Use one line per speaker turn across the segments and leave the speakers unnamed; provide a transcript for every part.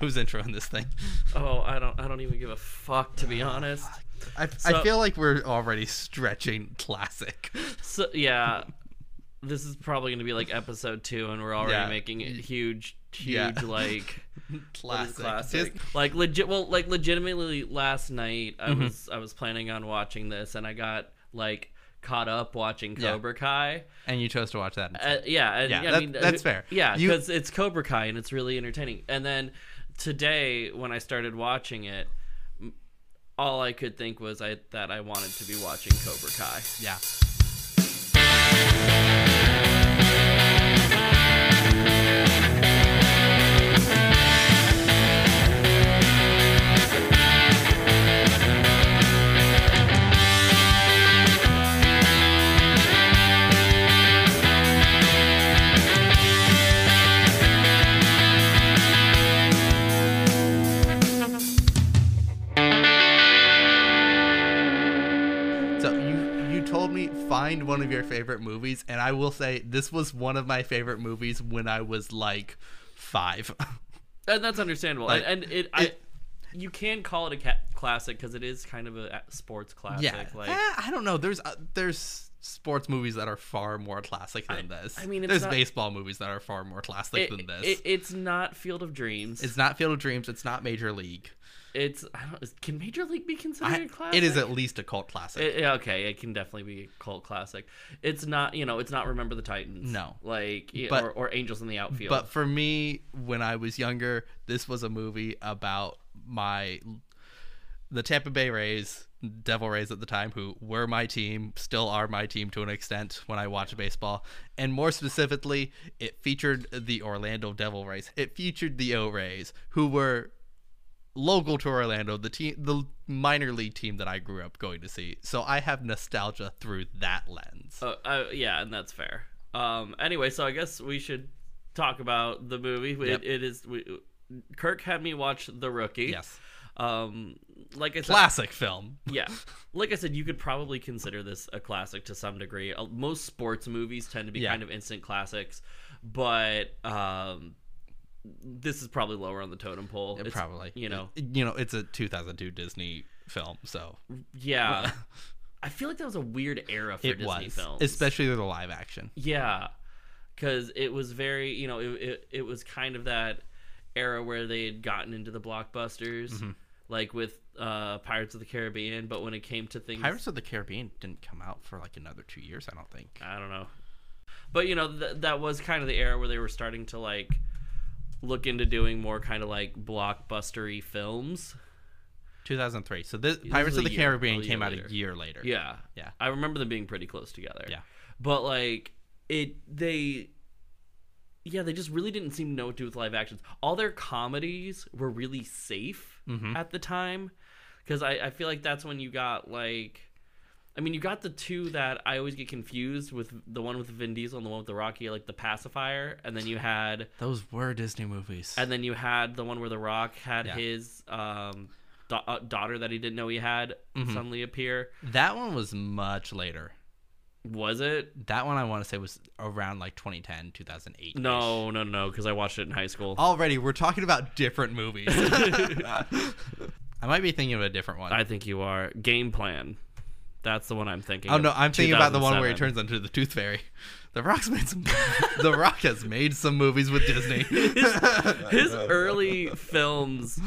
Who's introing this thing?
Oh, I don't. I don't even give a fuck to be honest.
I, I
So-
feel like we're already stretching classic.
So yeah, this is probably gonna be like episode two, and we're already
Yeah.
making it huge, huge
Yeah.
like what is
Classic.
classic.
Just- Mm-hmm.
Like legit. Well, like legitimately, last night I was I was planning on watching this, and I got like caught up watching
Yeah.
Cobra Kai.
and you chose to watch that. instead.
Uh, yeah, and,
Yeah,
I
that-
mean,
that's fair.
Yeah,
You-
because it's Cobra Kai and it's really entertaining. And then today, when I started watching it, m- all I could think was I that I wanted to be watching Cobra Kai.
yeah. So you you told me find one of your favorite movies, and I will say this was one of my favorite movies when I was like five.
And that's understandable.
Like,
and, and it, I,
it-
you can call it a ca- classic because it is kind of a a sports classic.
yeah,
Like,
Eh, I don't know. There's uh, there's sports movies that are far more classic than this.
I mean, it's
there's
not-
baseball movies that are far more classic
it,
than this.
it- it's not Field of Dreams.
it's not Field of Dreams. It's not Major League.
It's I don't, is- can Major League be considered
I-
a classic?
it is at least a cult classic.
It- yeah, Eh, okay, it can definitely be a cult classic. It's not, you know, it's not Remember the Titans.
No.
like yeah,
But-
or, or Angels in the Outfield.
But for me, when I was younger, this was a movie about my the Tampa Bay Rays, Devil Rays at the time, who were my team, still are my team to an extent when I watch baseball. And more specifically, it featured the Orlando Devil Rays. It featured the O Rays, who were local to Orlando, the team the minor league team that I grew up going to see. So I have nostalgia through that lens.
Uh, uh, yeah, and that's fair. Um, anyway, so I guess we should talk about the movie. It,
Yep.
it is we, Kirk had me watch The Rookie.
yes.
Um, like I said,
Classic film.
yeah, like I said, you could probably consider this a classic to some degree. Uh, Most sports movies tend to be
Yeah.
kind of instant classics, but um, this is probably lower on the totem pole. It's-
probably
you know.
you know it's a 2002 disney film so
Yeah. I feel like that was a weird era Uh, for
it
Disney
was
films.
especially the live action
Yeah. Cuz it was very, you know, it, it it was kind of that era where they had gotten into the blockbusters
Mm-hmm.
like with uh Pirates of the Caribbean, but when it came to things
pirates of the caribbean didn't come out for like another two years i don't think
I don't know. But you know, th- that was kind of the era where they were starting to like look into doing more kind of like blockbustery films.
2003 so this, pirates
is
of
a
the
year-
caribbean
a year
came out
later.
a year later
Yeah.
Yeah.
I remember them being pretty close together.
Yeah.
But like it they yeah, they just really didn't seem to know what to do with live actions. All their comedies were really safe
Mm-hmm.
at the time. Cause I, I feel like that's when you got like I mean you got the two that I always get confused with the one with Vin Diesel and the one with the Rocky, like the pacifier, and then you had
those were disney movies
and then you had the one where The Rock had
Yeah.
his um, da- uh, daughter that he didn't know he had
Mm-hmm.
suddenly appear.
that one was much later
Was it?
that one i want to say was around like 2010 2008 -ish. Oh.
No, no, no, because I watched it in high school.
already we're talking about different movies i might be thinking of a different one
I think you are. Game Plan. That's the one I'm thinking.
Oh
of.
no, I'm thinking about the one where he
2007.
turns into the Tooth Fairy. The Rock's made some. the Rock has made some movies with Disney.
his early films.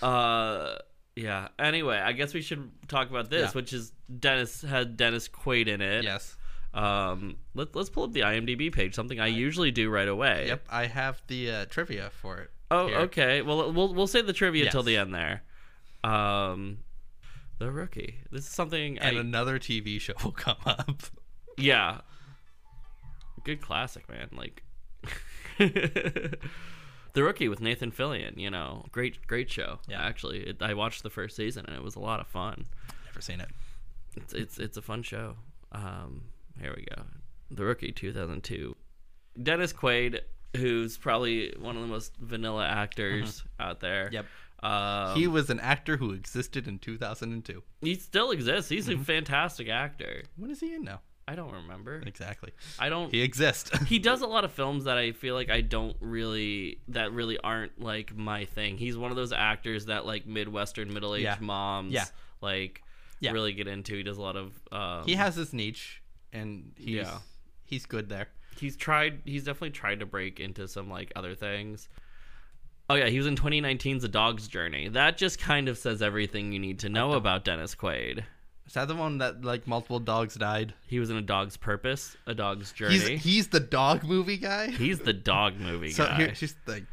Uh, yeah. Anyway, I guess we should talk about this,
Yeah.
which is Dennis had Dennis Quaid in it.
yes.
Um, let, let's pull up the IMDb page. Something I usually do right away.
Yep. I have the uh, trivia for it.
Oh,
here.
okay. Well, we'll we'll save the trivia till
Yes.
the end there. Um, the rookie. This is something. I,
And another TV show will come up.
yeah. Good classic, man. Like. The Rookie with Nathan Fillion, you know, great, great show.
Yeah.
actually, it, I watched the first season and it was a lot of fun.
Never seen it.
It's it's it's a fun show. Um, here we go. The Rookie, two thousand two. Dennis Quaid, who's probably one of the most vanilla actors out there.
Mm-hmm. Yep.
Um,
he was an actor who existed in 2002. Mm-hmm.
He still exists. He's a fantastic actor.
What is he in now?
I don't remember.
Exactly.
I don't.
He exists.
He does a lot of films that I feel like I don't really that really aren't like my thing. He's one of those actors that like Midwestern middle aged
Yeah.
moms
Yeah.
like
Yeah.
really get into. He does a lot of um,
he has his niche, and he's
Yeah.
he's good there.
he's tried he's definitely tried to break into some like other things. Oh yeah, he was in 2019's A Dog's Journey. That just kind of says everything you need to know about Dennis Quaid.
Is that the one that like multiple dogs died?
He was in A Dog's Purpose, A Dog's Journey.
He's
He's,
he's the dog movie guy.
the dog movie
so
guy.
here- here's the thing.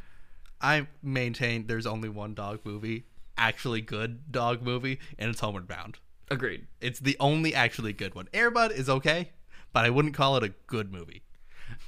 I maintain there's only one dog movie, actually good dog movie, and it's Homeward Bound.
Agreed.
It's the only actually good one. Airbud is okay, but I wouldn't call it a good movie.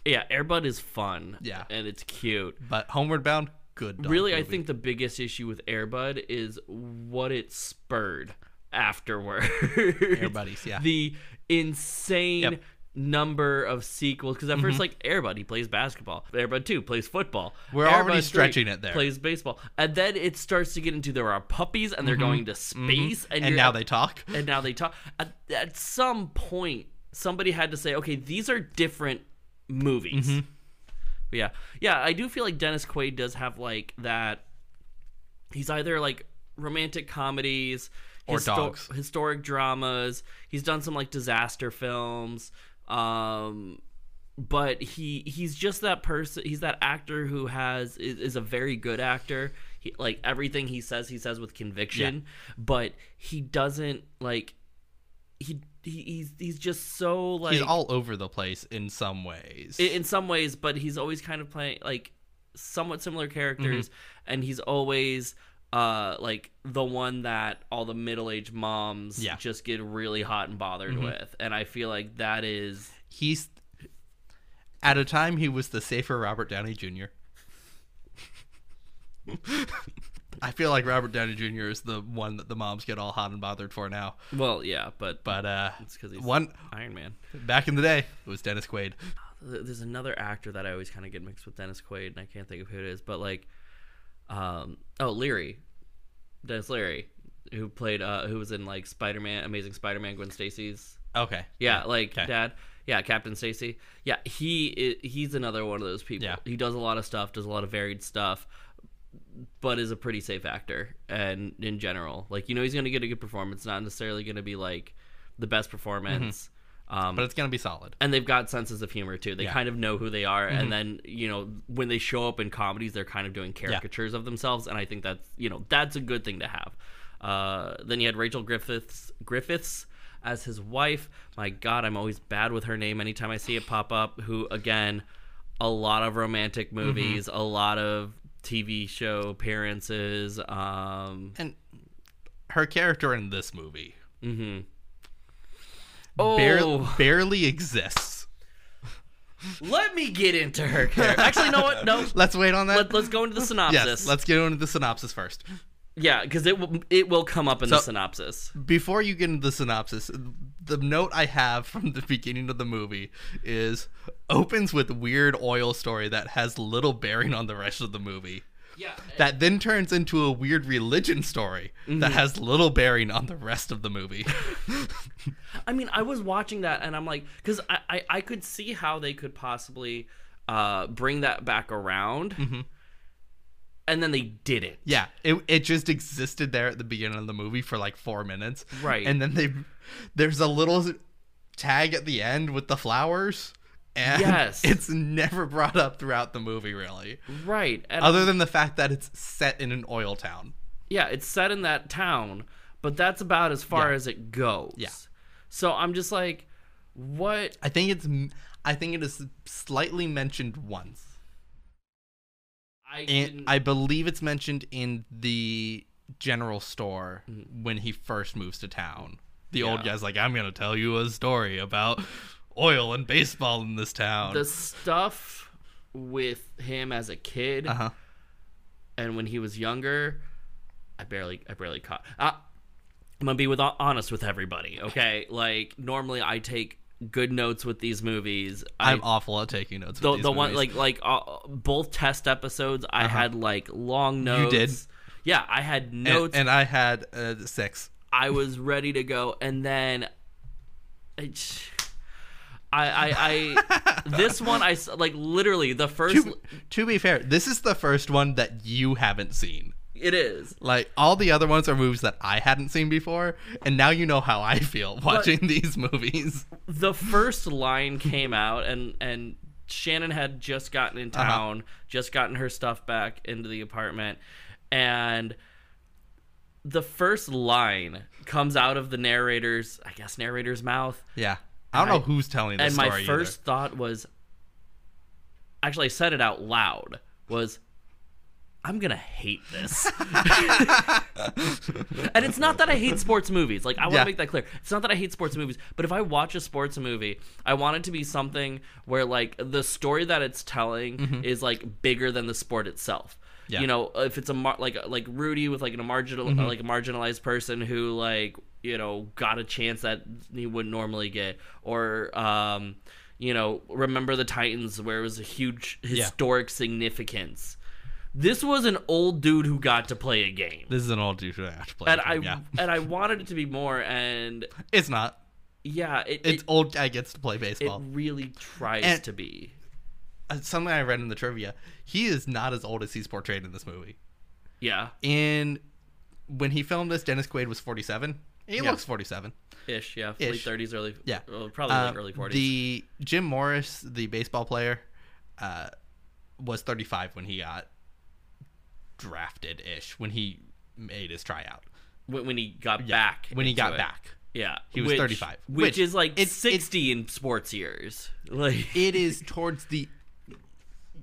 Yeah, Airbud is fun.
Yeah.
and it's cute.
But Homeward Bound, good. Dog
really, I
movie.
think the biggest issue with Airbud is what it spurred afterward. Airbudies,
Buddies, yeah.
The insane
Yep. Mm-hmm.
number of sequels. Because at first, like Airbud, he plays basketball. Airbud Two plays football.
We're
Air
already
Bud
stretching
3
it there.
Plays baseball, and then it starts to get into there are puppies, and they're going to space,
Mm-hmm.
and,
and
you're-
now they talk.
and now they talk. At, at some point, somebody had to say, okay, these are different movies.
Mm-hmm.
But yeah, yeah, I do feel like Dennis Quaid does have like that. He's either like romantic comedies
Or
histo-
dogs.
historic dramas. He's done some like disaster films. Um, but he he's just that person he's that actor who has is, is a very good actor he, like everything he says he says with conviction but he doesn't like he, he he's he's just so like
he's all over the place in some ways.
in, in some ways but he's always kind of playing like somewhat similar characters
Mm-hmm.
and he's always uh like the one that all the middle-aged moms
Yeah. Mm-hmm.
just get really hot and bothered with and i feel like that is
he's at a time he was the safer Robert Downey Jr. I feel like Robert Downey Jr. is the one that the moms get all hot and bothered for now.
well yeah but
But uh,
it's because he's
one
iron man
back in the day, it was Dennis Quaid.
th- there's another actor that I always kind of get mixed with Dennis Quaid, and I can't think of who it is, but like, um, oh Leary, Dennis Leary, who played uh, who was in like Spider Man, Amazing Spider Man, Gwen Stacy's,
Okay,
yeah, like
Okay.
Dad, yeah, Captain Stacy, yeah, he i he's another one of those people.
Yeah.
He does a lot of stuff, does a lot of varied stuff, but is a pretty safe actor, and in general, like you know he's gonna get a good performance, not necessarily gonna be like the best performance. Um,
Mm-hmm. but it's gonna be solid.
and they've got senses of humor too. They
Yeah. Mm-hmm.
kind of know who they are, and then you know when they show up in comedies, they're kind of doing caricatures of themselves, and I think that's you know that's a good thing to have. Uh, then you had Rachel Griffiths Griffiths as his wife. My God, I'm always bad with her name anytime I see it pop up. Who again, a lot of
Mm-hmm.
romantic movies, a lot of TV show appearances. Um,
And her character in this movie
mhm. Oh,
barely, barely exists.
let me get into her character. Actually, no, what? No,
Let's wait on that.
Let, let's go into the synopsis.
yes, let's get into the synopsis first.
yeah, because it will it will come up in the
So-
synopsis.
before you get into the synopsis, the note I have from the beginning of the movie is opens with weird oil story that has little bearing on the rest of the movie.
Yeah,
That then turns into a weird religion story
Mm-hmm.
that has little bearing on the rest of the movie.
I mean, I was watching that and I'm like, because I, I I could see how they could possibly uh bring that back around,
Mm-hmm.
and then they didn't.
yeah, it it just existed there at the beginning of the movie for like 4 minutes.
Right.
And then they there's a little tag at the end with the flowers and
Yes.
it's never brought up throughout the movie really.
Right. And
other than the fact that it's set in an oil town.
yeah, it's set in that town, but that's about as far
Yeah.
as it goes.
Yeah.
So I'm just like, what?
I think it's I think it is slightly mentioned once.
I
And
didn't,
I believe it's mentioned in the general store when he first moves to town. The old
Mm-hmm. Yeah.
guy's like, "I'm going to tell you a story about oil and baseball in this town."
the stuff with him as a kid.
uh-huh.
and when he was younger, I barely, I barely caught. Uh, I'm gonna be with honest with everybody, okay? Like normally, I take good notes with these movies. I,
I'm awful at taking notes.
the
with these
the one
movies. Uh-huh.
like like uh, both test episodes, I had like long notes.
did?
Yeah, I had
and,
notes.
and I had uh, six.
I was ready to go, and then, it, I, I, I this one I s- like literally the first.
To, to be fair, this is the first one that you haven't seen.
It is.
Like all the other ones are movies that I hadn't seen before, and now you know how I feel watching these movies.
the first line came out and and Shannon had just gotten in
Uh-huh.
town, just gotten her stuff back into the apartment and the first line comes out of the narrator's I guess narrator's mouth
Yeah, I don't
I-
know who's telling this
and
story.
my first thought was actually I said it out loud was I'm going to hate this. and it's not that I hate sports movies. Like I want to
Yeah.
make that clear. It's not that I hate sports movies, but if I watch a sports movie, I want it to be something where like the story that it's telling is like bigger than the sport itself.
Mm-hmm. Yeah. Mm-hmm.
You know, if it's a mar- like like Rudy with like an a marginal like a marginalized person who like you know got a chance that he wouldn't normally get, or um, you know, remember the Titans where it was a huge historic significance. This was an old dude who got to play a game
This is an old dude who I have to play.
and
with,
I
yeah.
and I wanted it to be more, and
it's not.
yeah, it
It's
it,
old guy gets to play
it
baseball.
really tries
And-
to be.
Uh, Something I read in the trivia: he is not as old as he's portrayed in this movie.
Yeah,
In when he filmed this, Dennis Quaid was forty-seven. He
Yeah.
looks forty-seven.
ish. Yeah, late
Ish.
thirties, early
Yeah.
well, probably like
Uh,
early forties.
The Jim Morris, the baseball player, uh, was 35 when he got drafted ish, when he made his tryout.
when, when he got
Yeah,
back,
When he
into
got
it.
back.
yeah,
He was
which-
35,
which,
which
is like
it- it-
sixty in sports years. Like
It is towards the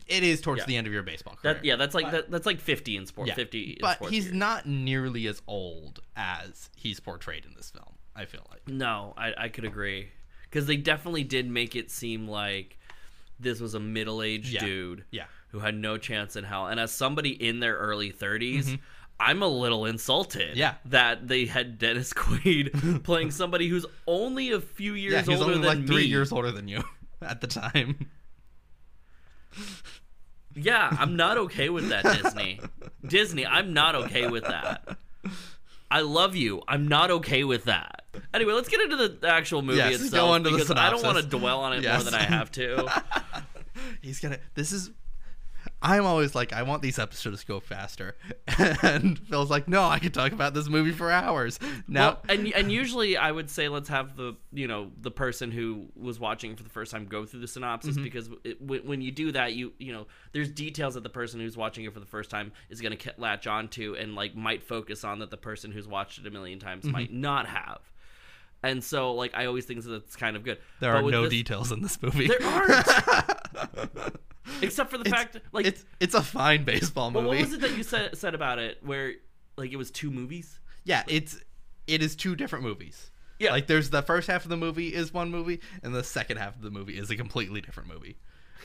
it is towards
Yeah.
the end of your baseball career.
that, yeah, that's like that, that's like fifty in sport,
Yeah.
fifty. In
But
sports
he's
years.
not nearly as old as he's portrayed in this film, I feel like.
No, I, I could agree because they definitely did make it seem like this was a middle-aged
Yeah.
dude.
Yeah.
who had no chance in hell. And as somebody in their early 30s, I'm a little insulted
Mm-hmm. Yeah.
that they had Dennis Quaid playing somebody who's only a few years
yeah, he's only
older than
like
me.
three years older than you at the time.
Yeah, I'm not okay with that, Disney. Disney, I'm not okay with that. I love you. I'm not okay with that. Anyway, let's get into the actual movie
Yes, go
itself
on to the
because I don't want
synopsis.
to dwell on it
Yes.
more than I have to.
He's gonna. This is. I'm always like, I want these episodes to go faster, and Phil's like, no, I could talk about this movie for hours. Now,
Well, and and usually I would say let's have the you know the person who was watching for the first time go through the synopsis
Mm-hmm.
because it, when, when you do that you you know there's details that the person who's watching it for the first time is going to latch onto and like might focus on that the person who's watched it a million times
Mm-hmm.
might not have, and so like I always think that that's kind of good.
there
But
are
with
no
this-
details in this movie.
There aren't, except for the fact that, like
it's it's a fine baseball
but
movie.
what was it that you said said about it where like it was two movies?
Yeah, it's it is two different movies.
Yeah.
like there's the first half of the movie is one movie, and the second half of the movie is a completely different movie.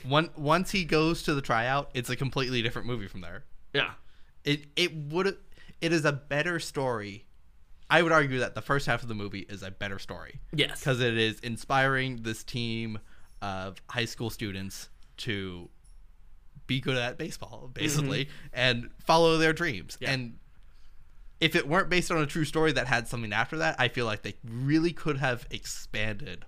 One once he goes to the tryout, it's a completely different movie from there.
Yeah.
it it would it is a better story i would argue that the first half of the movie is a better story
Yes.
because it is inspiring this team of high school students to be good at baseball basically and follow their dreams
Mm-hmm. Yeah.
and if it weren't based on a true story that had something after that i feel like they really could have expanded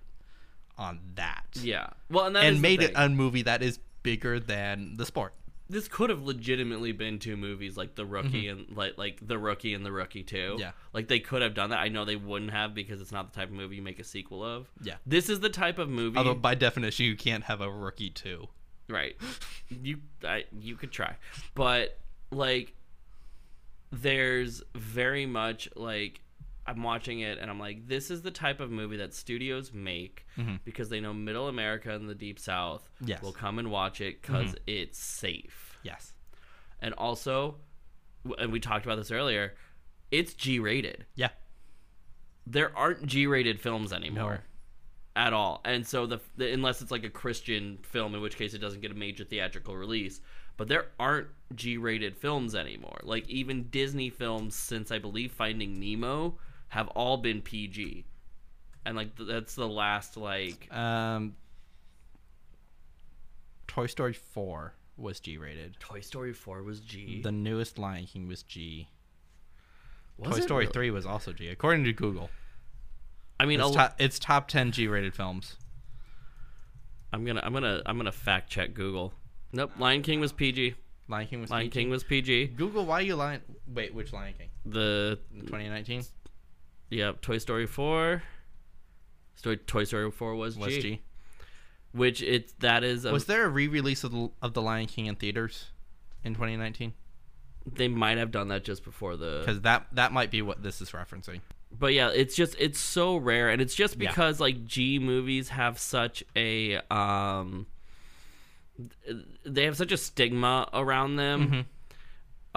on that
Yeah. Well, and that is
and
the
made it
thing.
a movie that is bigger than the sport
this could have legitimately been two movies like the rookie and like like the rookie and the rookie two
Mm-hmm. Yeah.
like they could have done that i know they wouldn't have because it's not the type of movie you make a sequel of
Yeah.
this is the type of movie
although by definition you can't have a rookie too
right you I, you could try but like there's very much like i'm watching it and i'm like this is the type of movie that studios make because they know middle america and the deep south
Mm-hmm. Yes. Mm-hmm.
will come and watch it because it's safe
yes
and also w- and we talked about this earlier it's g-rated
Yeah.
there aren't g-rated films anymore at all and so the, the unless it's like a christian film in which case it doesn't get a major theatrical release but there aren't g-rated films anymore like even disney films since i believe finding nemo have all been pg and like th- that's the last like
Um Toy Story 4 was G rated.
toy story 4 was g
The newest Lion King was G.
Was
Toy
it
Story
really?
3 was also G according to Google.
i mean
It's,
a-
top, it's top 10 G rated films.
I'm gonna I'm gonna I'm gonna fact check Google. Nope, Lion King was PG.
Lion King was
Lion
PG.
King was PG.
Google why you lying. Wait, which Lion King?
The
2019
yeah, Toy Story four. Story Toy Story four was G,
was G.
which it's that is a,
Was there a re-release of the, of the Lion King in theaters in 2019?
they might have done that just before the
Because that that might be what this is referencing.
but yeah it's just it's so rare and it's just
Yeah.
because like g movies have such a um th- they have such a stigma around them
Mm-hmm.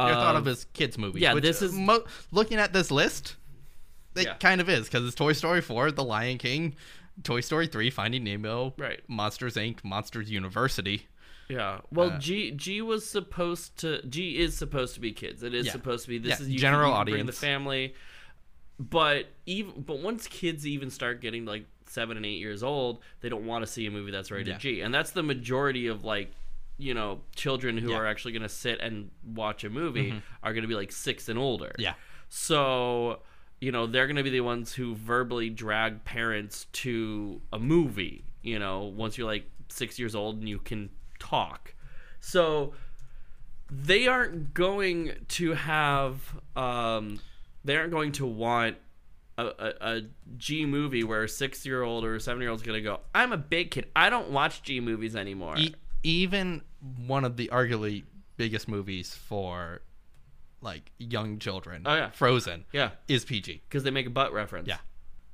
They're thought
Um,
of as kids movies.
yeah,
which,
this
uh,
is-
mo- looking at this list. It
Yeah.
kind of is because it's Toy Story 4, The Lion King, Toy Story 3, Finding Nemo,
Right.
Monsters Inc., Monsters University.
yeah well
Uh,
g g was supposed to g is supposed to be kids it is
Yeah.
supposed to be this
Yeah,
is you
general
can, you can bring the
audience.
family but even but once kids even start getting like seven and eight years old they don't want to see a movie that's rated
Yeah.
g and that's the majority of like you know children who
Yeah. Mm-hmm.
are actually going to sit and watch a movie are going to be like six and older
Yeah,
so you know they're going to be the ones who verbally drag parents to a movie you know once you're like six years old and you can talk so they aren't going to have um they aren't going to want a, a, a G movie where a six year old or a seven year old's gonna go, I'm a big kid. I don't watch G movies anymore.
E- even one of the arguably biggest movies for like young children,
Oh, yeah.
Frozen,
yeah.
is PG.
Because they make a butt reference.
Yeah.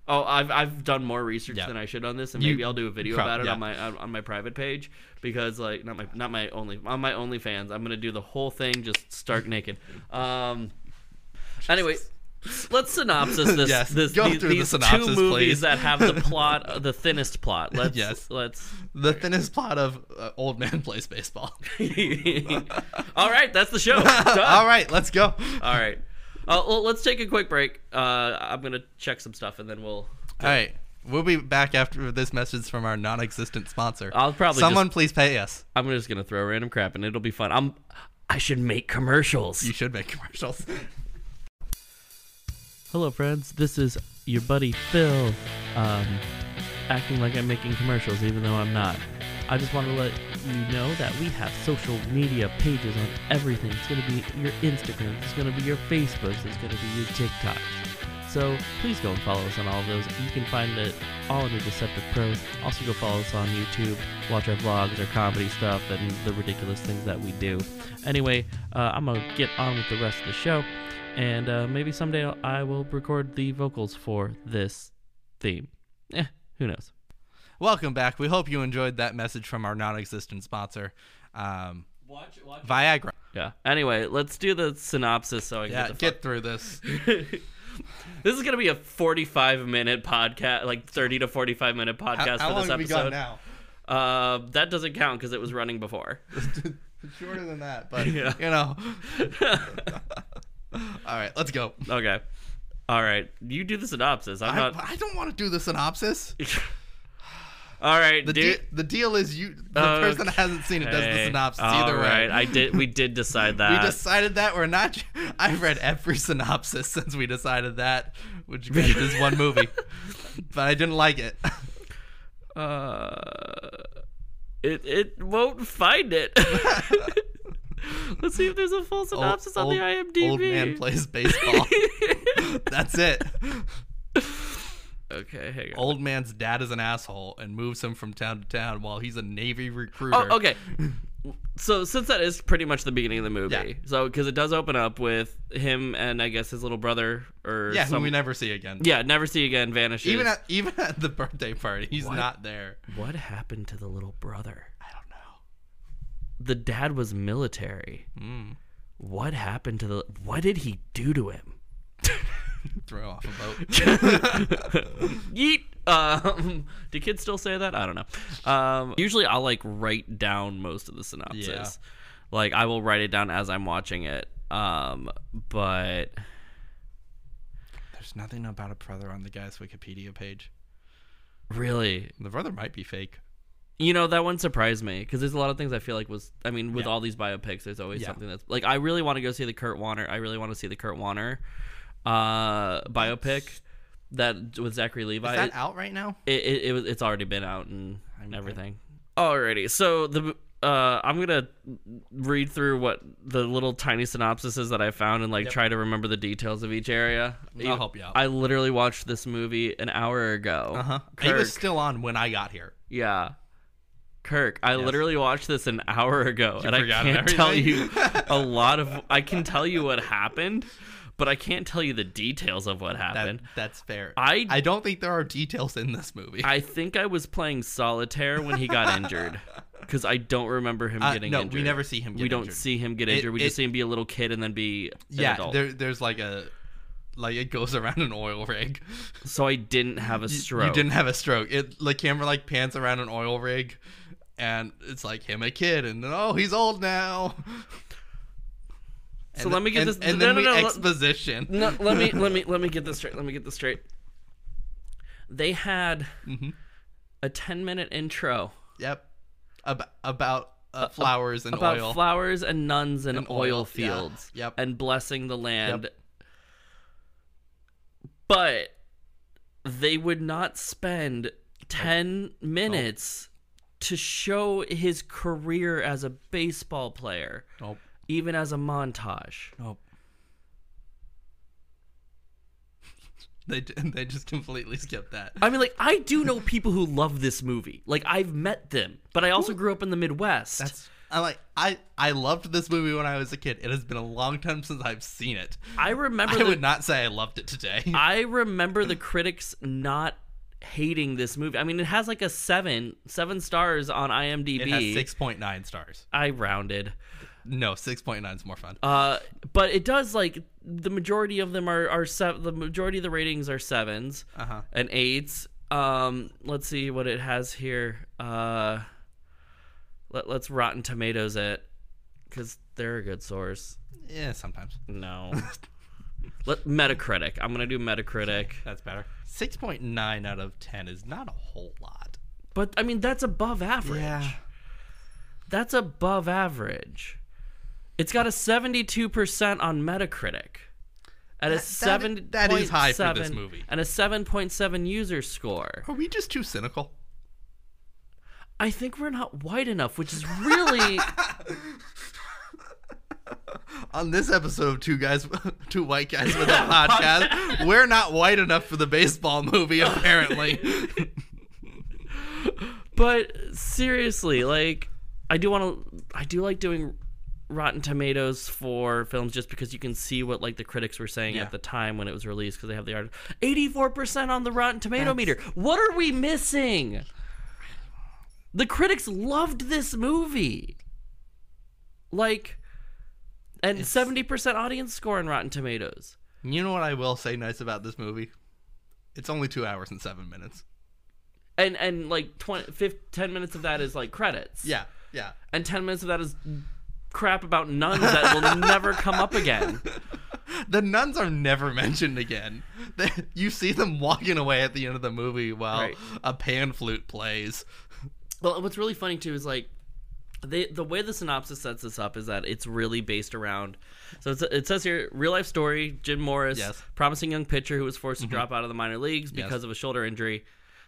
Oh, I've I've done more research
Yeah.
than I should on this, and
You-
maybe I'll do a video
prob-
about it
yeah.
on my on, on my private page because like not my not my only on my OnlyFans. I'm gonna do the whole thing just stark naked. Um. Anyway. Let's synopsis this.
Yes,
this
go
these,
through the
these
synopsis,
two movies
please.
that have the plot, the thinnest plot. Let's,
Yes.
Let's.
The thinnest plot of uh, Old Man Plays Baseball.
All right, that's the show. Done.
All right, let's go.
All right. Uh, well, let's take a quick break. Uh, I'm gonna check some stuff, and then we'll.
All right. We'll be back after this message from our non-existent sponsor.
I'll probably
someone please pay us.
I'm just gonna throw random crap and it'll be fun. I'm I should make
You
commercials.
should make commercials.
Hello friends, this is your buddy Phil um, acting like I'm making commercials even though I'm not. I just want to let you know that we have social media pages on everything. It's going to be your Instagram, it's going to be your Facebooks, it's going to be your TikToks. So please go and follow us on all of those. You can find it all under Deceptive Pros. Also go follow us on YouTube, watch our vlogs, our comedy stuff, and the ridiculous things that we do. Anyway, uh, I'm going to get on with the rest of the show, and uh, maybe someday I will record the vocals for this theme. Eh, who knows?
Welcome back. We hope you enjoyed that message from our non-existent sponsor, um,
Watch, watch.
Viagra.
Yeah. Anyway, let's do the synopsis so I can
Yeah,
get the
get through this.
This is gonna be a forty-five minute podcast, like thirty to forty-five minute podcast for this episode.
now?
Uh, that doesn't count because it was running before.
Shorter than that, but
Yeah.
you know. All right, let's go.
okay. All right, you do the synopsis. I'm
I,
not.
I don't want to do the synopsis.
All right,
The
dude.
de- the deal is you the person that hasn't seen it does the
Hey,
synopsis
all
either way.
right, I did. We did decide
we
that.
decided that we're not. I've read every synopsis since we decided that, which granted is one movie, but I didn't like it.
Uh, it it won't find it. Let's see if there's a full synopsis on the IMDb.
Old man plays baseball. That's it.
okay, hang on.
Old man's dad is an asshole and moves him from town to town while he's a Navy recruiter.
Oh, okay. So since that is pretty much the beginning of the movie,
Yeah.
so because it does open up with him and I guess his little brother or
Yeah, who
some-
we never see again.
yeah, never see again vanishes.
Even at even at the birthday party, he's not there.
what happened to the little brother?
I don't know.
The dad was military.
Mm.
What happened to the? What did he do to him?
Throw off a boat.
Yeet. Um, do kids still say that? I don't know. Um, usually I'll like write down most of the synopsis.
Yeah.
Like I will write it down as I'm watching it. Um, but
There's nothing about a brother on the guy's Wikipedia page.
really,
The brother might be fake.
you know, that one surprised me because there's a lot of things I feel like was. I mean, with
Yeah.
all these biopics, there's always
Yeah.
something that's like I really want to go see the Kurt Warner. I really want to see the Kurt Warner uh, biopic that with Zachary Levi.
Is that out right now?
it, it, it was it's already been out and
I'm-
everything. Alrighty, so the uh, I'm gonna read through what the little tiny synopsis is that I found and like
Yep.
try to remember the details of each area.
I'll help you out.
I literally watched this movie an hour ago.
Uh huh. It
Kirk,
was still on when I got here.
yeah, Kirk. I literally watched this an hour ago, and I
forgot
can't tell you
everything?
a lot of. I can tell you what happened, but I can't tell you the details of what
That,
happened.
that's fair.
I-
I don't think there are details in this movie.
I think I was playing solitaire when he got injured. Because I don't remember him
Uh,
getting
no,
injured.
we never see him. Get
we don't
injured.
see him get
It-
injured. we
it-
just see him be a little kid and then be an
Yeah,
adult.
there, there's like a, like it goes around an oil rig.
So I didn't have
You-
a stroke.
You didn't have a stroke. It like camera like pans around an oil rig, and it's like him a kid, and then oh he's old now.
So let me get
and,
this-
And
no,
then
no,
we
no, let-
exposition.
No, let me let me let me get this straight. Let me get this straight. They had
Mhm.
a ten minute intro
Yep. Ab- about uh, flowers and
about
oil.
flowers and nuns and,
And
oil,
oil, yeah.
fields.
Yep.
And blessing the land. But they would not spend ten minutes to show his career as a baseball player,
nope.
even as a montage.
Nope. They, d- they just completely skipped that.
I mean, like, I do know people who love this movie. Like, I've met them, but I also grew up in the Midwest.
That's I like I I loved this movie when I was a kid. It has been a long time since I've seen it.
I remember.
I
the,
would not say I loved it today.
I remember the critics not hating this movie. I mean, it has like a seven, seven stars on IMDb.
It has six point nine stars.
I rounded.
No, six point nine is more fun. Oh,
Uh, but it does like the majority of them are are seven. The majority of the ratings are sevens
Uh huh.
and eights. Um, let's see what it has here. Uh, let let's Rotten Tomatoes it because they're a good source.
Yeah, sometimes
No. Let Metacritic. I'm gonna do Metacritic.
that's better. Six point nine out of ten is not a whole lot.
But I mean that's above average. That's above average. It's got a seventy-two percent on Metacritic. At a
that-
seven
that is high for this
7
movie.
And a seven point seven user score.
Are we just too cynical?
I think we're not white enough, which is really
On this episode of Two Guys, Two White Guys with a Podcast, we're not white enough for the baseball movie, apparently.
But seriously, like I do want to I do like doing Rotten Tomatoes for films just because you can see what like the critics were saying
Yeah.
at the time when it was released because they have the art 84% on the Rotten Tomato meter. What are we missing? The critics loved this movie. Like and 70% audience score on Rotten Tomatoes.
you know what I will say nice about this movie? It's only two hours and seven minutes.
And and like 20, 15, 10 minutes of that is like credits.
Yeah, yeah.
and 10 minutes of that is crap about nuns that will never come up again.
The nuns are never mentioned again. They, you see them walking away at the end of the movie while
Right.
a pan flute plays.
Well, what's really funny too is like they, the way the synopsis sets this up is that it's really based around. So it's, it says here, real life story: Jim Morris,
Yes. Mm-hmm.
promising young pitcher who was forced to drop out of the minor leagues
Yes.
because of a shoulder injury.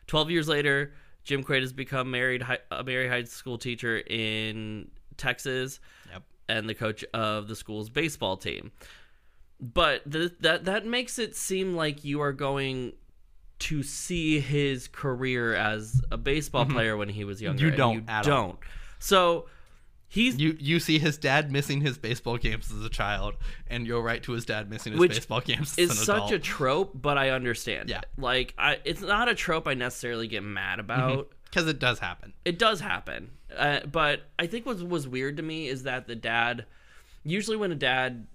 Twelve years later, Jim Quaid has become married hi- a married high school teacher in Texas.
Yep.
and the coach of the school's baseball team. But th- that that makes it seem like you are going to see his career as a baseball player when he was younger.
Mm-hmm. You
and
don't
You
at all.
don't. So he's
You you see his dad missing his baseball games as a child, and you're right to his dad missing his
Which
baseball games as
is
an
such
adult.
a trope, but I understand.
Yeah. Mm-hmm.
it. Like I, it's not a trope I necessarily get mad about.
because it does happen.
it does happen. Uh, but I think what was weird to me is that the dad, usually when a dad,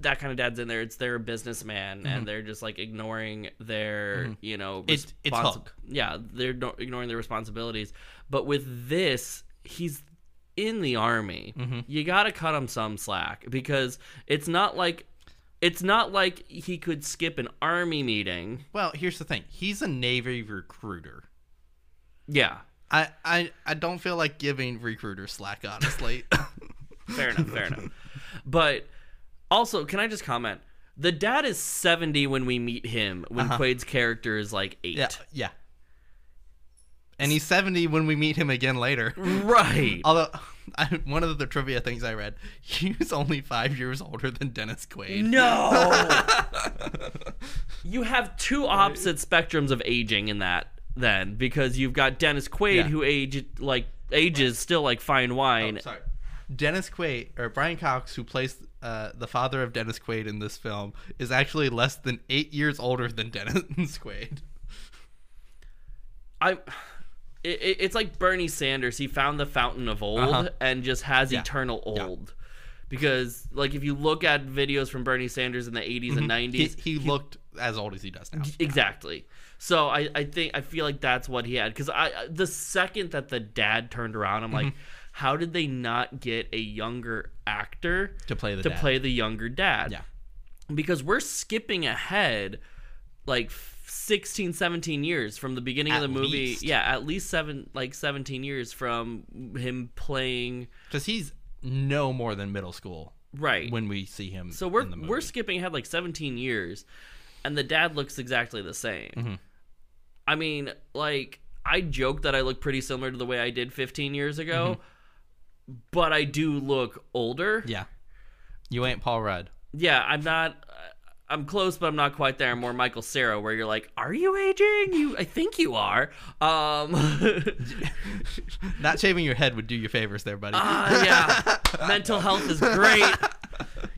that kind of dad's in there, it's they're a businessman and they're just like ignoring their, you know,
Mm-hmm. It's- it's
responsi-
Hulk.
Yeah, they're no- ignoring their responsibilities. But with this, he's in the army.
Mm-hmm.
You got to cut him some slack because it's not like. It's not like he could skip an army meeting.
Well, here's the thing: he's a Navy recruiter.
Yeah,
I I, I don't feel like giving recruiters slack, honestly.
fair enough, fair enough. But also, can I just comment? The dad is
Uh-huh.
70 when we meet him, when Quaid's character is like 8.
yeah, yeah. and he's 70 when we meet him again later.
Right.
Although, I, one of the trivia things I read, he was only five years older than Dennis Quaid.
No. you have two opposite spectrums of aging in that then because you've got Dennis Quaid
Yeah. Oh,
who aged like ages still like fine wine.
Sorry. Dennis Quaid, or Brian Cox, who plays uh, the father of Dennis Quaid in this film, is actually less than eight years older than Dennis Quaid.
I it, it- it's like Bernie Sanders. He found the fountain of old
Uh-huh.
and just has
Yeah.
eternal old. Because like if you look at videos from Bernie Sanders in the 80s and 90s,
Mm-hmm. He, he looked as old as he does now.
Exactly. So I, I think I feel like that's what he had because I I- the second that the dad turned around,
Mm-hmm.
I'm like, how did they not get a younger actor
To play the
to
dad.
play the younger dad?
Yeah.
because we're skipping ahead like 16 17 years from the beginning
At
of the movie
least.
yeah at least seven like 17 years from him playing
Because he's no more than middle school
right
when we see him.
So we're
in the movie.
we're skipping ahead like 17 years, and the dad looks exactly the same.
Mm-hmm.
I mean, like I joke that I look pretty similar to the way I did 15 years ago,
Mm-hmm.
but I do look older.
yeah. You ain't Paul Rudd.
Yeah, I'm not. uh, I'm close, but I'm not quite there. I'm more Michael Sarah, where you're like, "Are you aging? You, I think you are." Um,
Not shaving your head would do you favors there, buddy.
Ah, yeah. Mental health is great.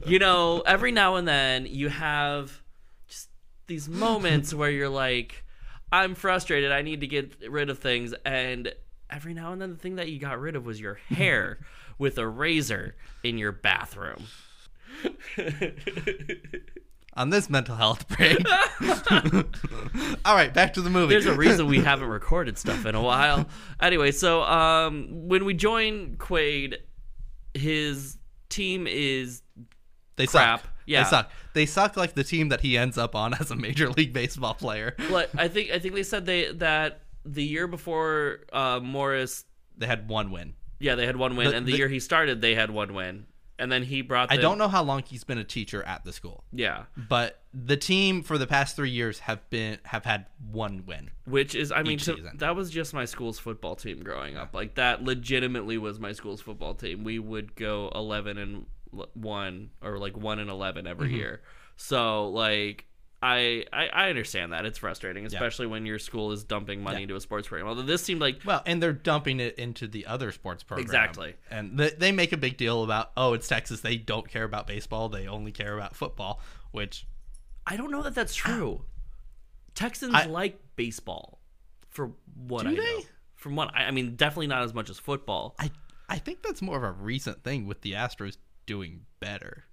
You know, every now and then you have just these moments where you're like, I'm frustrated. I need to get rid of things. And every now and then, the thing that you got rid of was your hair with a razor in your bathroom.
On this mental health break. All right, back to the movie.
There's a reason we haven't recorded stuff in a while. Anyway, so um, when we join Quaid, his team is
they
crap.
suck.
Yeah.
They suck. They suck like the team that he ends up on as a major league baseball player.
But I think I think they said they that the year before uh, Morris,
They had one win.
yeah, they had one win,
The-
and the,
the-
year he started, they had one win, and then he brought.
I
Them,
don't know how long he's been a teacher at the school,
Yeah,
but the team for the past three years have been have had one win.
which is I mean
Each
to-
season.
that was just my school's football team growing up. Like that legitimately was my school's football team. We would go eleven and l- one or like one and eleven every
Mm-hmm.
year. So like. I, I, I understand that it's frustrating, especially when your school is dumping money into a sports program. Although this seemed like
Well, and they're dumping it into the other sports program.
Exactly.
And they, they make a big deal about, oh, it's Texas. They don't care about baseball. They only care about football, which
I don't know that that's true. Texans
I-
like baseball, for what
Do
I
they?
know. From what I, I mean, definitely not as much as football.
I, I think that's more of a recent thing with the Astros doing better.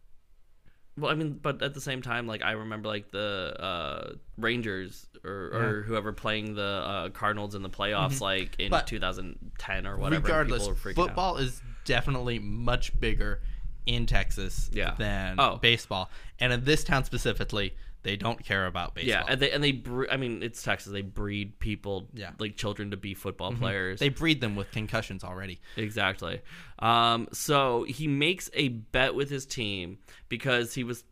Well, I mean, but at the same time, like I remember, like the uh, Rangers or, or whoever playing the uh, Cardinals in the playoffs, like in
Mm-hmm. But
2010 or whatever. and
Regardless,
people were freaking out.
football is definitely much bigger in Texas
Yeah.
than
Oh.
baseball. And in this town specifically, they don't care about
Yeah,
baseball.
and they and they. Bre- I mean, it's Texas. They breed people,
Yeah. Mm-hmm.
like children, to be football players.
They breed them with concussions already.
Exactly. Um, so he makes a bet with his team because he was.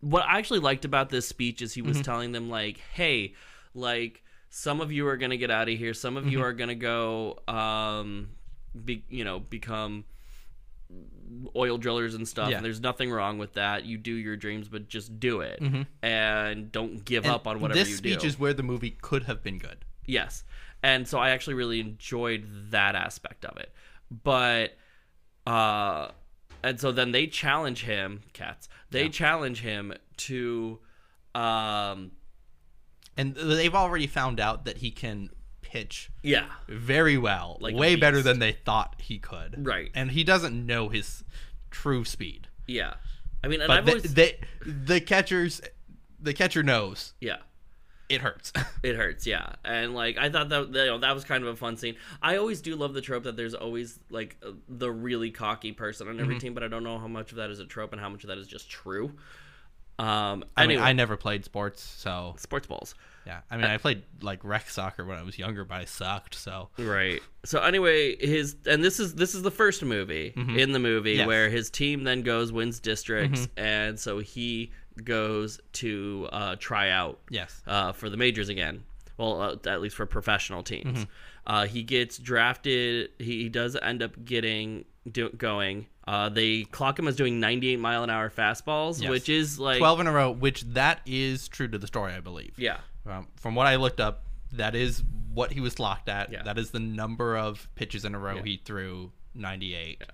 What I actually liked about this speech is he
Mm-hmm.
was telling them, like, hey, like, some of you are going to get out of here. Some of you
Mm-hmm.
are going to go, um, be, you know, become oil drillers and stuff.
Yeah.
And there's nothing wrong with that. You do your dreams, but just do it. And don't give Mm-hmm. up on
Mm. And
whatever
this
you
speech
do.
is where the movie could have been good.
Yes. And so I actually really enjoyed that aspect of it. But uh and so then they challenge him, cats. They challenge him to um
And they've already found out that he can pitch
yeah.
very well,
Like a
way better
beast.
than they thought he could.
Right.
And he doesn't know his true speed.
Yeah. I mean, and
But
I've
the,
always
they, the catchers, the catcher knows
yeah.
it hurts.
It hurts, yeah, and like I thought that you know, that was kind of a fun scene. I always do love the trope that there's always like the really cocky person on
Mm-hmm.
every team, but I don't know how much of that is a trope and how much of that is just true. Um,
I
anyway,
mean, I never played sports, so
sports balls.
yeah. I mean, I played like rec soccer when I was younger, but I sucked. So
Right. So anyway, his and this is this is the first movie in the movie
Mm-hmm. Yes. Mm-hmm.
where his team then goes wins districts, and so he goes to uh, try out
yes,
uh, for the majors again, well, uh, at least for professional teams.
Mm-hmm.
Uh, he gets drafted. He, he does end up getting do, going. Uh, they clock him as doing 98 mile an hour fastballs,
Yes.
which is like
12 in a row, which that is true to the story, I believe.
Yeah,
Um, from what I looked up, that is what he was clocked at.
Yeah.
That is the number of pitches in a row
Yeah.
he threw 98,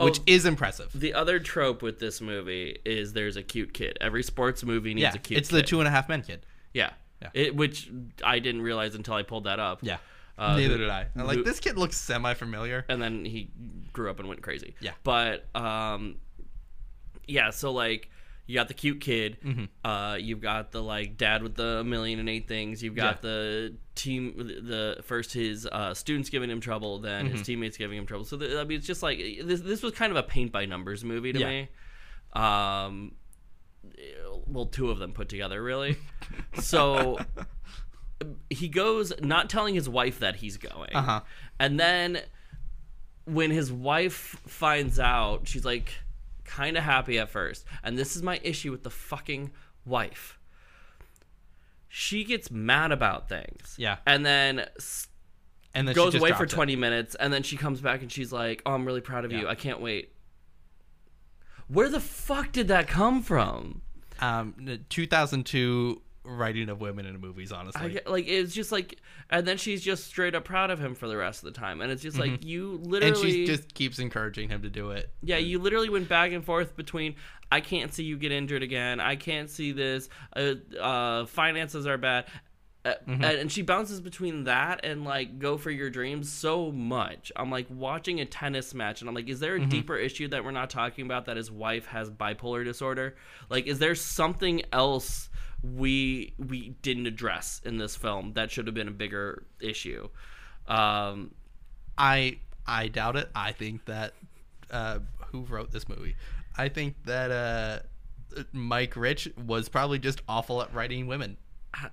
Oh,
which is impressive.
The other trope with this movie is there's a cute kid. Every sports movie needs
yeah,
a cute
it's
kid.
the two and a half men kid.
Yeah.
Yeah.
It, which I didn't realize until I pulled that up.
Yeah.
Uh,
Neither
who-
did I. I'm like,
who-
this kid looks semi familiar.
And then he grew up and went crazy.
Yeah.
But um yeah, so like you got the cute kid,
Mm-hmm.
uh you've got the like dad with the million and eight things, you've got
Yeah.
the team the first his uh students giving him trouble, then
Mm-hmm.
his teammates giving him trouble. So th- I mean it's just like this this was kind of a paint by numbers movie to
Yeah.
me. Um well, two of them put together, really. So he goes not telling his wife that he's going.
Uh-huh.
And then when his wife finds out, she's like kind of happy at first. And this is my issue with the fucking wife. She gets mad about things.
Yeah.
And then s-
And then she
goes
just
away for
dropped it.
20 minutes and then she comes back and she's like, "Oh, I'm really proud of you. I can't wait." Where the fuck did that come from?
Um, the 2002 writing of women in movies, honestly.
I, get- like it's just like, and then she's just straight up proud of him for the rest of the time, and it's just like you literally,
Mm-hmm. and she just keeps encouraging him to do it.
yeah, you literally went back and forth between I can't see you get injured again, I can't see this, uh, uh, finances are bad, uh,
Mm-hmm.
and, and she bounces between that and like go for your dreams so much. I'm like watching a tennis match, and I'm like, is there a
Mm-hmm.
deeper issue that we're not talking about that his wife has bipolar disorder? Like, is there something else? we we didn't address in this film that should have been a bigger issue um
I I doubt it. I think that uh, who wrote this movie? I think that uh, Mike Rich was probably just awful at writing women.
I-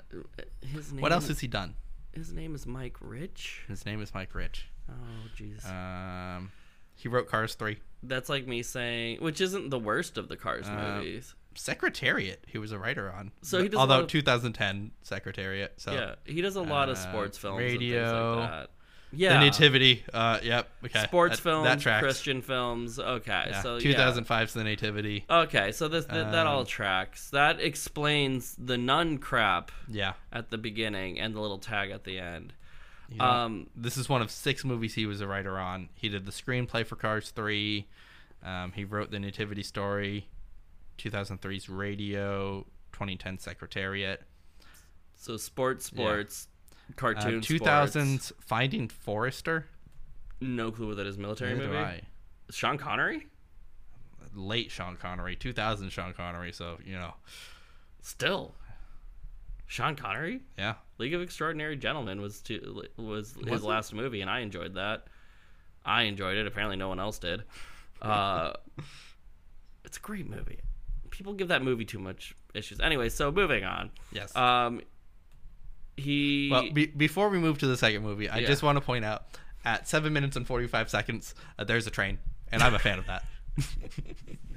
his name
What else has he done?
His name is Mike Rich.
His name is Mike Rich.
Oh, jeez.
Um, he wrote Cars Three,
That's like me saying, which isn't the worst of the Cars
Uh,
movies.
Secretariat. He was a writer on.
So he does a lot
although
of-
2010 Secretariat. So
yeah, he does a lot of
uh,
sports films,
radio,
and things like that. Yeah,
the Nativity. Uh, yep. Okay.
sports
that,
films,
That tracks.
Christian films. Okay,
Yeah.
so
2005's The Nativity.
Yeah. Okay, so this th- that all
Um,
tracks. That explains the nun crap
Yeah.
at the beginning and the little tag at the end.
You don't-
Um,
this is one of six movies he was a writer on. He did the screenplay for Cars 3. Um, he wrote The Nativity Story, 2003's Radio, 2010 Secretariat,
so sports, sports,
uh,
cartoons,
2000's Finding Forrester.
No clue what that is. Military
Neither do
movie.
I.
Sean Connery.
Late Sean Connery, 2000 Sean Connery. So, you know,
Still, Sean Connery,
yeah.
League of Extraordinary Gentlemen was to, was his
Was it?
last movie, and I enjoyed that. I enjoyed it. Apparently, no one else did. Uh, it's a great movie. People give that movie too much issues. Anyway, so moving on.
Yes.
Um, he
Well, be- before we move to the second movie, I
Yeah.
just want to point out at seven minutes and forty-five seconds, uh, there's a train, and I'm a fan of that.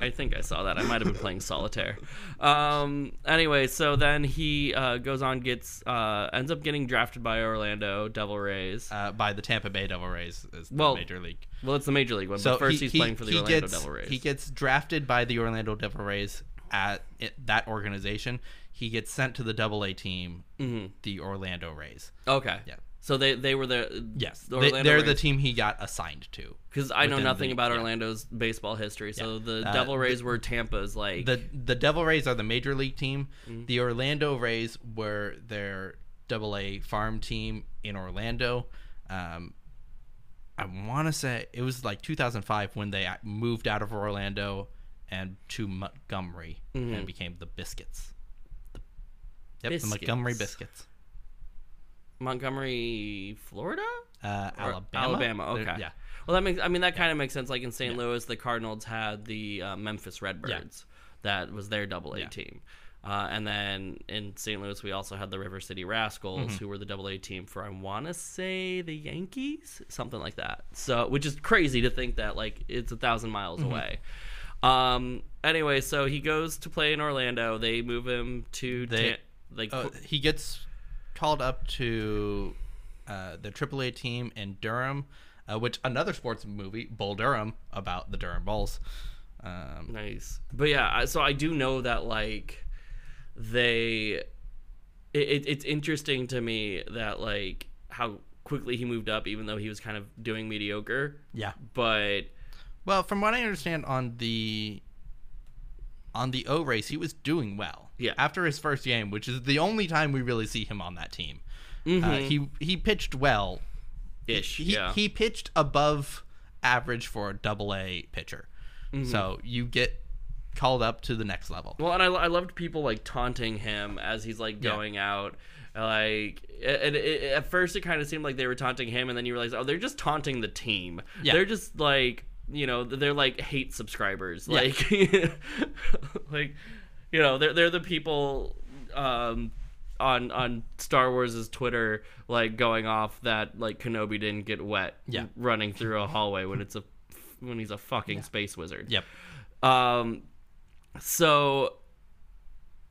I think I saw that. I might have been playing solitaire. Um, anyway, so then he uh, goes on, gets uh, ends up getting drafted by Orlando Devil Rays.
uh, by the Tampa Bay Devil Rays is the
Well,
major league.
Well, it's the major league one,
So
but first
he-
he's
he-
playing for the
he
Orlando
gets,
Devil Rays.
He gets drafted by the Orlando Devil Rays at it, that organization. He gets sent to the Double A team,
Mm-hmm.
the Orlando Rays.
okay.
Yeah.
So they they were the
Yes,
the
they,
Orlando
they're the team he got assigned to.
because I know
within
nothing
the-
about
yeah.
Orlando's baseball history. So the
Uh,
Devil Rays were Tampa's like
the The Devil Rays are the major league team.
Mm-hmm.
The Orlando Rays were their Double A farm team in Orlando. Um, I want to say it was like 2005 when they ac- moved out of Orlando and to Montgomery
Mm-hmm.
and became the Biscuits. The, yep, the Montgomery Biscuits.
Montgomery, Florida,
Uh,
Or-
Alabama.
Alabama.
They're-
Okay.
Yeah.
Well, that makes. I mean, that kind of makes sense. Like in St. Louis, the Cardinals had the uh, Memphis Redbirds. That was their Double A
Yeah.
team. Uh, and then in St. Louis, we also had the River City Rascals,
Mm-hmm.
who were the Double A team for I want to say the Yankees, something like that. So, which is crazy to think that like it's a thousand miles
Mm-hmm.
away. Um. Anyway, so he goes to play in Orlando. They move him to.
They
Tan- Like
Uh, he gets called up to uh, the AAA team in Durham, uh, which another sports movie, Bull Durham, about the Durham Bulls. Um,
Nice. But yeah, I- so I do know that like they it, it, it's interesting to me that like how quickly he moved up even though he was kind of doing mediocre,
yeah.
but
Well, from what I understand on the on the O race, he was doing well.
Yeah.
After his first game, which is the only time we really see him on that team, uh, he he pitched well.
Mm-hmm. ish.
He
yeah.
he pitched above average for a double A pitcher. So you get called up to the next level.
Mm-hmm. well, and I, I loved people like taunting him as he's like going out. Like it, it, it- at first, it kind of seemed like they were taunting him, and then you realize, oh, they're just taunting the team.
Yeah.
They're just like you know they're like hate subscribers.
Yeah.
Like like you know they're they're the people um, on on Star Wars' Twitter like going off that like Kenobi didn't get wet
Yeah.
running through a hallway when it's a when he's a fucking space wizard.
Yep.
Um, so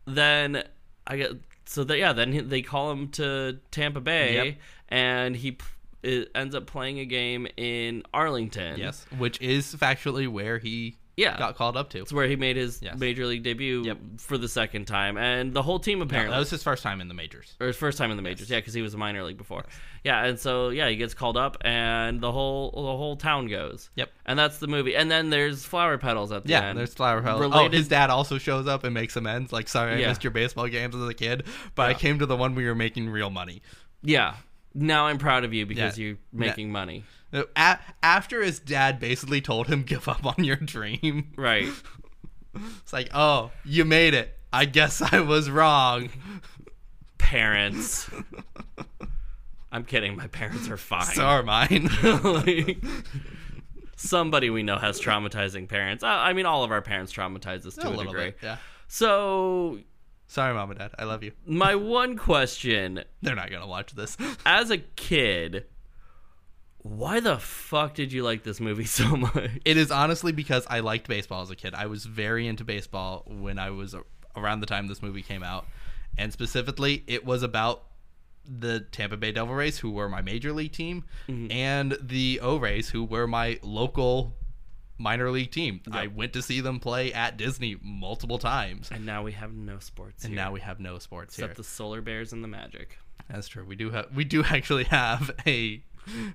then I get so that yeah, then he- they call him to Tampa Bay,
Yep.
and he p- it ends up playing a game in Arlington.
Yes, which is factually where he
Yeah.
got called up to.
it's where he made his
Yes.
major league debut
Yep.
for the second time, and the whole team apparently
That was his first time in the majors.
or his first time in the majors, yeah, 'cause yeah, because he was a minor league before. Yeah, and so yeah, he gets called up, and the whole the whole town goes.
Yep.
and that's the movie. And then there's flower petals at the
Yeah,
end.
there's Flower Hell. Oh,
Related-
his dad also shows up and makes amends. Like, sorry, I
Yeah.
missed your baseball games as a kid, but I came to the one where you're making real money.
Yeah. Now I'm proud of you because
Yeah.
you're making money.
Uh, A- after his dad basically told him, give up on your dream,
Right.
it's like, oh, you made it. I guess I was wrong.
Parents. I'm kidding. My parents are fine.
So are mine.
Like, somebody we know has traumatizing parents. I, I mean, all of our parents traumatize us to
a
a,
little
degree.
bit. Yeah.
So,
Sorry, mom and dad. I love you.
my one question
They're not going to watch this.
as a kid, why the fuck did you like this movie so much?
It is honestly because I liked baseball as a kid. I was very into baseball when I was a- around the time this movie came out. And specifically, it was about the Tampa Bay Devil Rays, who were my major league team, and the O Rays, who were my local minor league team. I went to see them play at Disney multiple times.
And now we have no sports
And
here,
now we have no sports
except
here.
the Solar Bears and the Magic.
That's true. We do have we do actually have a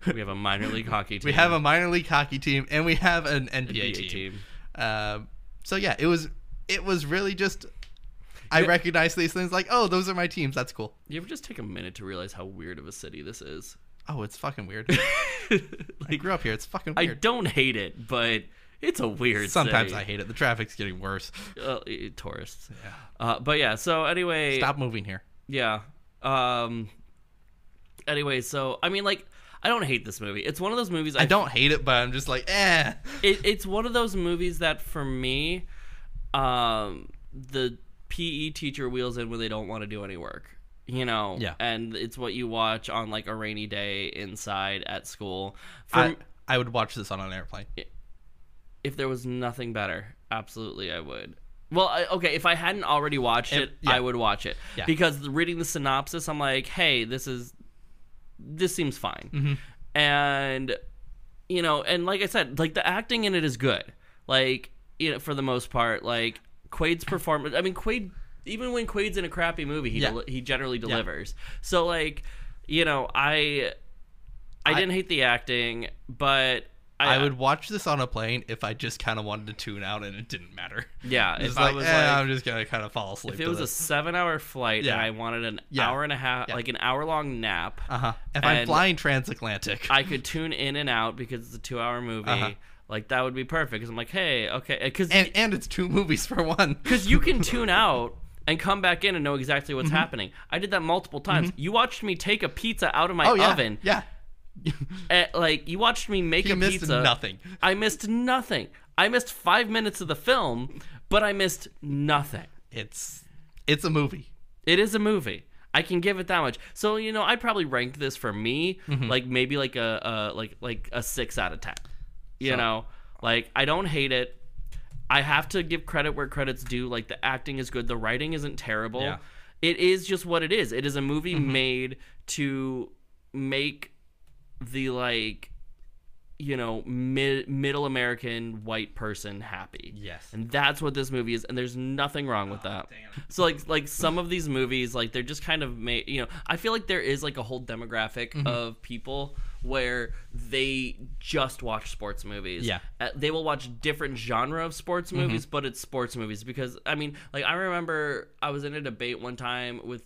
We have a minor league hockey team.
we have a minor league hockey team and we have an NBA,
NBA
team.
team.
Um, so yeah, it was it was really just I
Yeah.
recognize these things like oh those are my teams that's cool
You ever just take a minute to realize how weird of a city this is?
oh it's fucking weird I
like,
grew up here it's fucking
I
weird
don't hate it, but it's a weird.
sometimes I
city.
hate it the traffic's getting worse
uh, eh, tourists. Yeah. Uh, but yeah. So anyway,
stop moving here
yeah. Um. Anyway, so I mean, like, I don't hate this movie. It's one of those movies. I,
I don't hate it but I'm just like eh
It, it's one of those movies that for me, um, the PE teacher wheels in when they don't want to do any work. You know,
Yeah.
and it's what you watch on like a rainy day inside at school. For
I, I would watch this on an airplane
if there was nothing better, absolutely I would. Well, I, okay, if I hadn't already watched it,
If- yeah.
I would watch it
Yeah.
because the- reading the synopsis, I'm like, hey, this is this seems fine,
Mm-hmm.
and you know, and like I said, like the acting in it is good, like you know, for the most part, like Quaid's performance. I mean, Quaid, even when Quaid's in a crappy movie, he
Yeah.
deli- he generally delivers. So like, you know, I I,
I-
didn't hate the acting, but.
I would watch this on a plane if I just kind of wanted to tune out and it didn't matter
Yeah,
Just
if
like,
I was
eh,
like,
I'm just gonna kind of fall asleep
if it
to
was a
this.
seven-hour flight
Yeah.
and I wanted an
Yeah.
hour and a half,
Yeah.
like an hour-long nap,
uh-huh if
and-
I'm flying transatlantic
I could tune in and out because it's a two-hour movie.
Uh-huh.
Like that would be perfect because I'm like, hey, okay, because
and and it's two movies for one
because you can tune out and come back in and know exactly what's
Mm-hmm.
happening. I did that multiple times. You watched me take a pizza out of my
oh yeah
oven.
yeah
eh, like you watched me make
he
a
missed
pizza.
nothing
I missed nothing. I missed five minutes of the film, but I missed nothing.
it's it's a movie.
It is a movie. I can give it that much. So you know, I'd probably rank this for me
Mm-hmm.
like maybe like a, a like like a six out of ten. You
So-
know, like I don't hate it. I have to give credit where credit's due. Like the acting is good. The writing isn't terrible.
Yeah. Mm-hmm.
it is just what it is. It is a movie made to make the like you know mid- middle American white person happy.
Yes. Ah,
And that's what this movie is and there's nothing wrong with that.
damn.
So like like some of these movies like they're just kind of made, you know, I feel like there is like a whole demographic of people where they just watch sports movies.
Yeah.
Uh, they will watch different genre of sports movies, but it's sports movies because I mean, like I remember I was in a debate one time with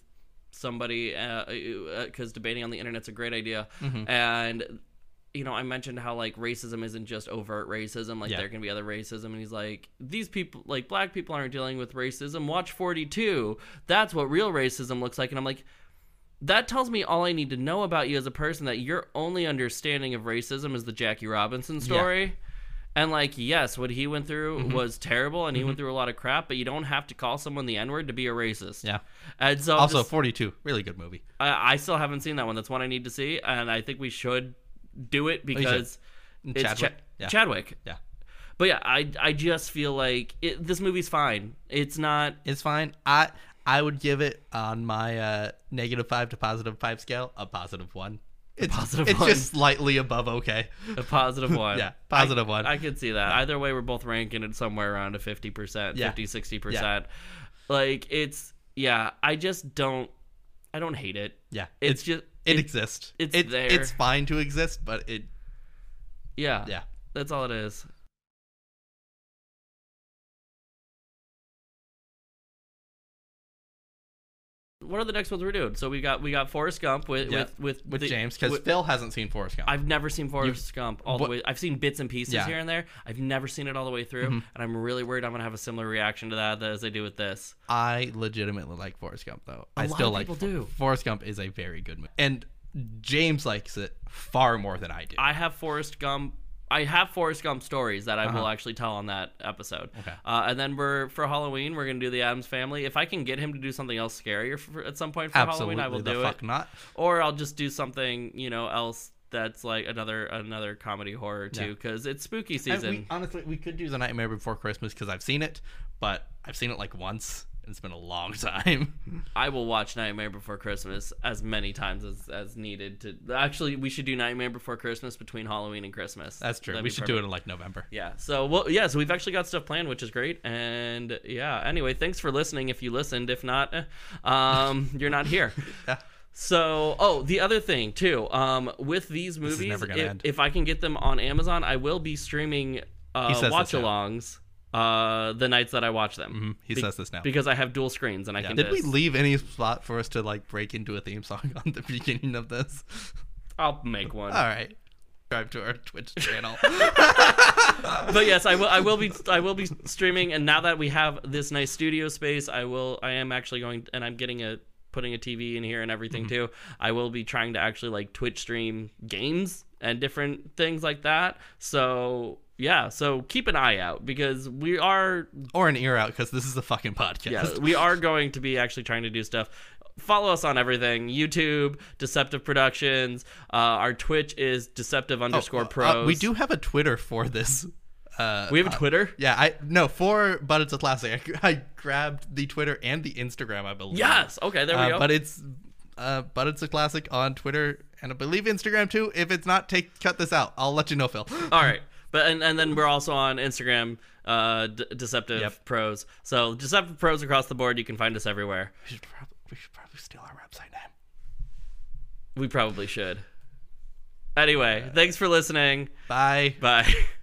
somebody because debating on the internet's a great idea,
Mm-hmm.
and you know I mentioned how like racism isn't just overt racism, like
Yeah.
there can be other racism, and he's like these people, like black people, aren't dealing with racism. Watch Forty Two, that's what real racism looks like, and I'm like that tells me all I need to know about you as a person that your only understanding of racism is the Jackie Robinson story. And like, yes, what he went through
Mm-hmm.
was terrible and he went through a lot of crap, but you don't have to call someone the N word to be a racist.
Yeah.
And so I'm
Also,
just-
42, really good movie.
I, I still haven't seen that one. That's one I need to see, and I think we should do it
Oh, should.
because
And
it's
Chadwick.
Chadwick.
Yeah.
Chadwick.
Yeah.
But yeah, I I just feel like it, this movie's fine. It's not
It's fine. I I would give it on my uh, negative five to positive five scale a positive one. It's,
positive
it's
one.
just slightly above okay.
a positive one.
Yeah, positive one.
I could see that. Either way, we're both ranking it somewhere around a 50%,
Yeah.
50, 60%. Like, it's, yeah, I just don't, I don't hate it.
yeah,
It's, just,
it, exists.
it's
it,
there.
It's fine to exist, but it
yeah,
yeah.
that's all it is. What are the next ones we're doing? So we got we got Forrest Gump with
Yeah,
with with,
With
the-
James, because
with-
Phil hasn't seen Forrest Gump.
I've never seen Forrest Gump all
what-
the way. I've seen bits and pieces
Yeah. Mm-hmm.
here and there. I've never seen it all the way through, and I'm really worried I'm gonna have a similar reaction to that as I do with this.
I legitimately like Forrest Gump though. I
A lot
still
of
like
people do.
Forrest Gump is a very good movie, and James likes it far more than I do.
I have Forrest Gump. I have Forrest Gump stories that I will actually tell on that episode.
Uh-huh. Okay.
Uh, and then we're for Halloween, we're gonna do the Adams Family. If I can get him to do something else scarier for, at some point for
Absolutely,
Halloween, I will
the
do it.
fuck not.
Or I'll just do something you know else that's like another another comedy horror
Yeah.
too, because it's spooky
And
season.
we, honestly, we could do The Nightmare Before Christmas because I've seen it, but I've seen it like once. and It's been a long time.
I will watch Nightmare Before Christmas as many times as, as needed to actually we should do Nightmare Before Christmas between Halloween and Christmas.
That's true.
That'd
we
be
should do
perfect.
it in like November.
Yeah. So well yeah, so we've actually got stuff planned, which is great. And yeah, anyway, thanks for listening if you listened. If not, eh, um you're not here.
Yeah.
So, oh, the other thing too, um, with these movies,
never gonna
if,
end.
if I can get them on Amazon, I will be streaming
He
uh,
says this, yeah.
watch-alongs uh, the nights that I watch them.
Mhm. He says this now.
because I have dual screens and I can.
Did we
just-
leave any spot for us to like break into a theme song on the beginning of this?
I'll make one.
All right. Subscribe to our Twitch channel.
but yes, I will. I will be. I will be streaming. And now that we have this nice studio space, I will. I am actually going, and I'm getting a putting a TV in here and everything
Mm-hmm.
too. I will be trying to actually like Twitch stream games and different things like that. So yeah, so keep an eye out because we are
or an ear out because this is a fucking podcast.
yeah, we are going to be actually trying to do stuff. Follow us on everything: YouTube, Deceptive Productions. Uh, our Twitch is Deceptive underscore
Uh,
Pros.
we do have a Twitter for this. Uh,
We have a Twitter.
yeah, I no for but it's a classic. I, I grabbed the Twitter and the Instagram, I believe.
Yes. Okay. There we
Uh,
go.
but it's uh, but it's a classic on Twitter and I believe Instagram too. If it's not, take cut this out. I'll let you know, Phil.
All right. But and, and then we're also on Instagram, uh, D- Deceptive
Yep.
Pros. So Deceptive Pros across the board. You can find us everywhere.
We should probably we should probably steal our website name.
We probably should. Anyway, thanks for listening.
Bye.
Bye.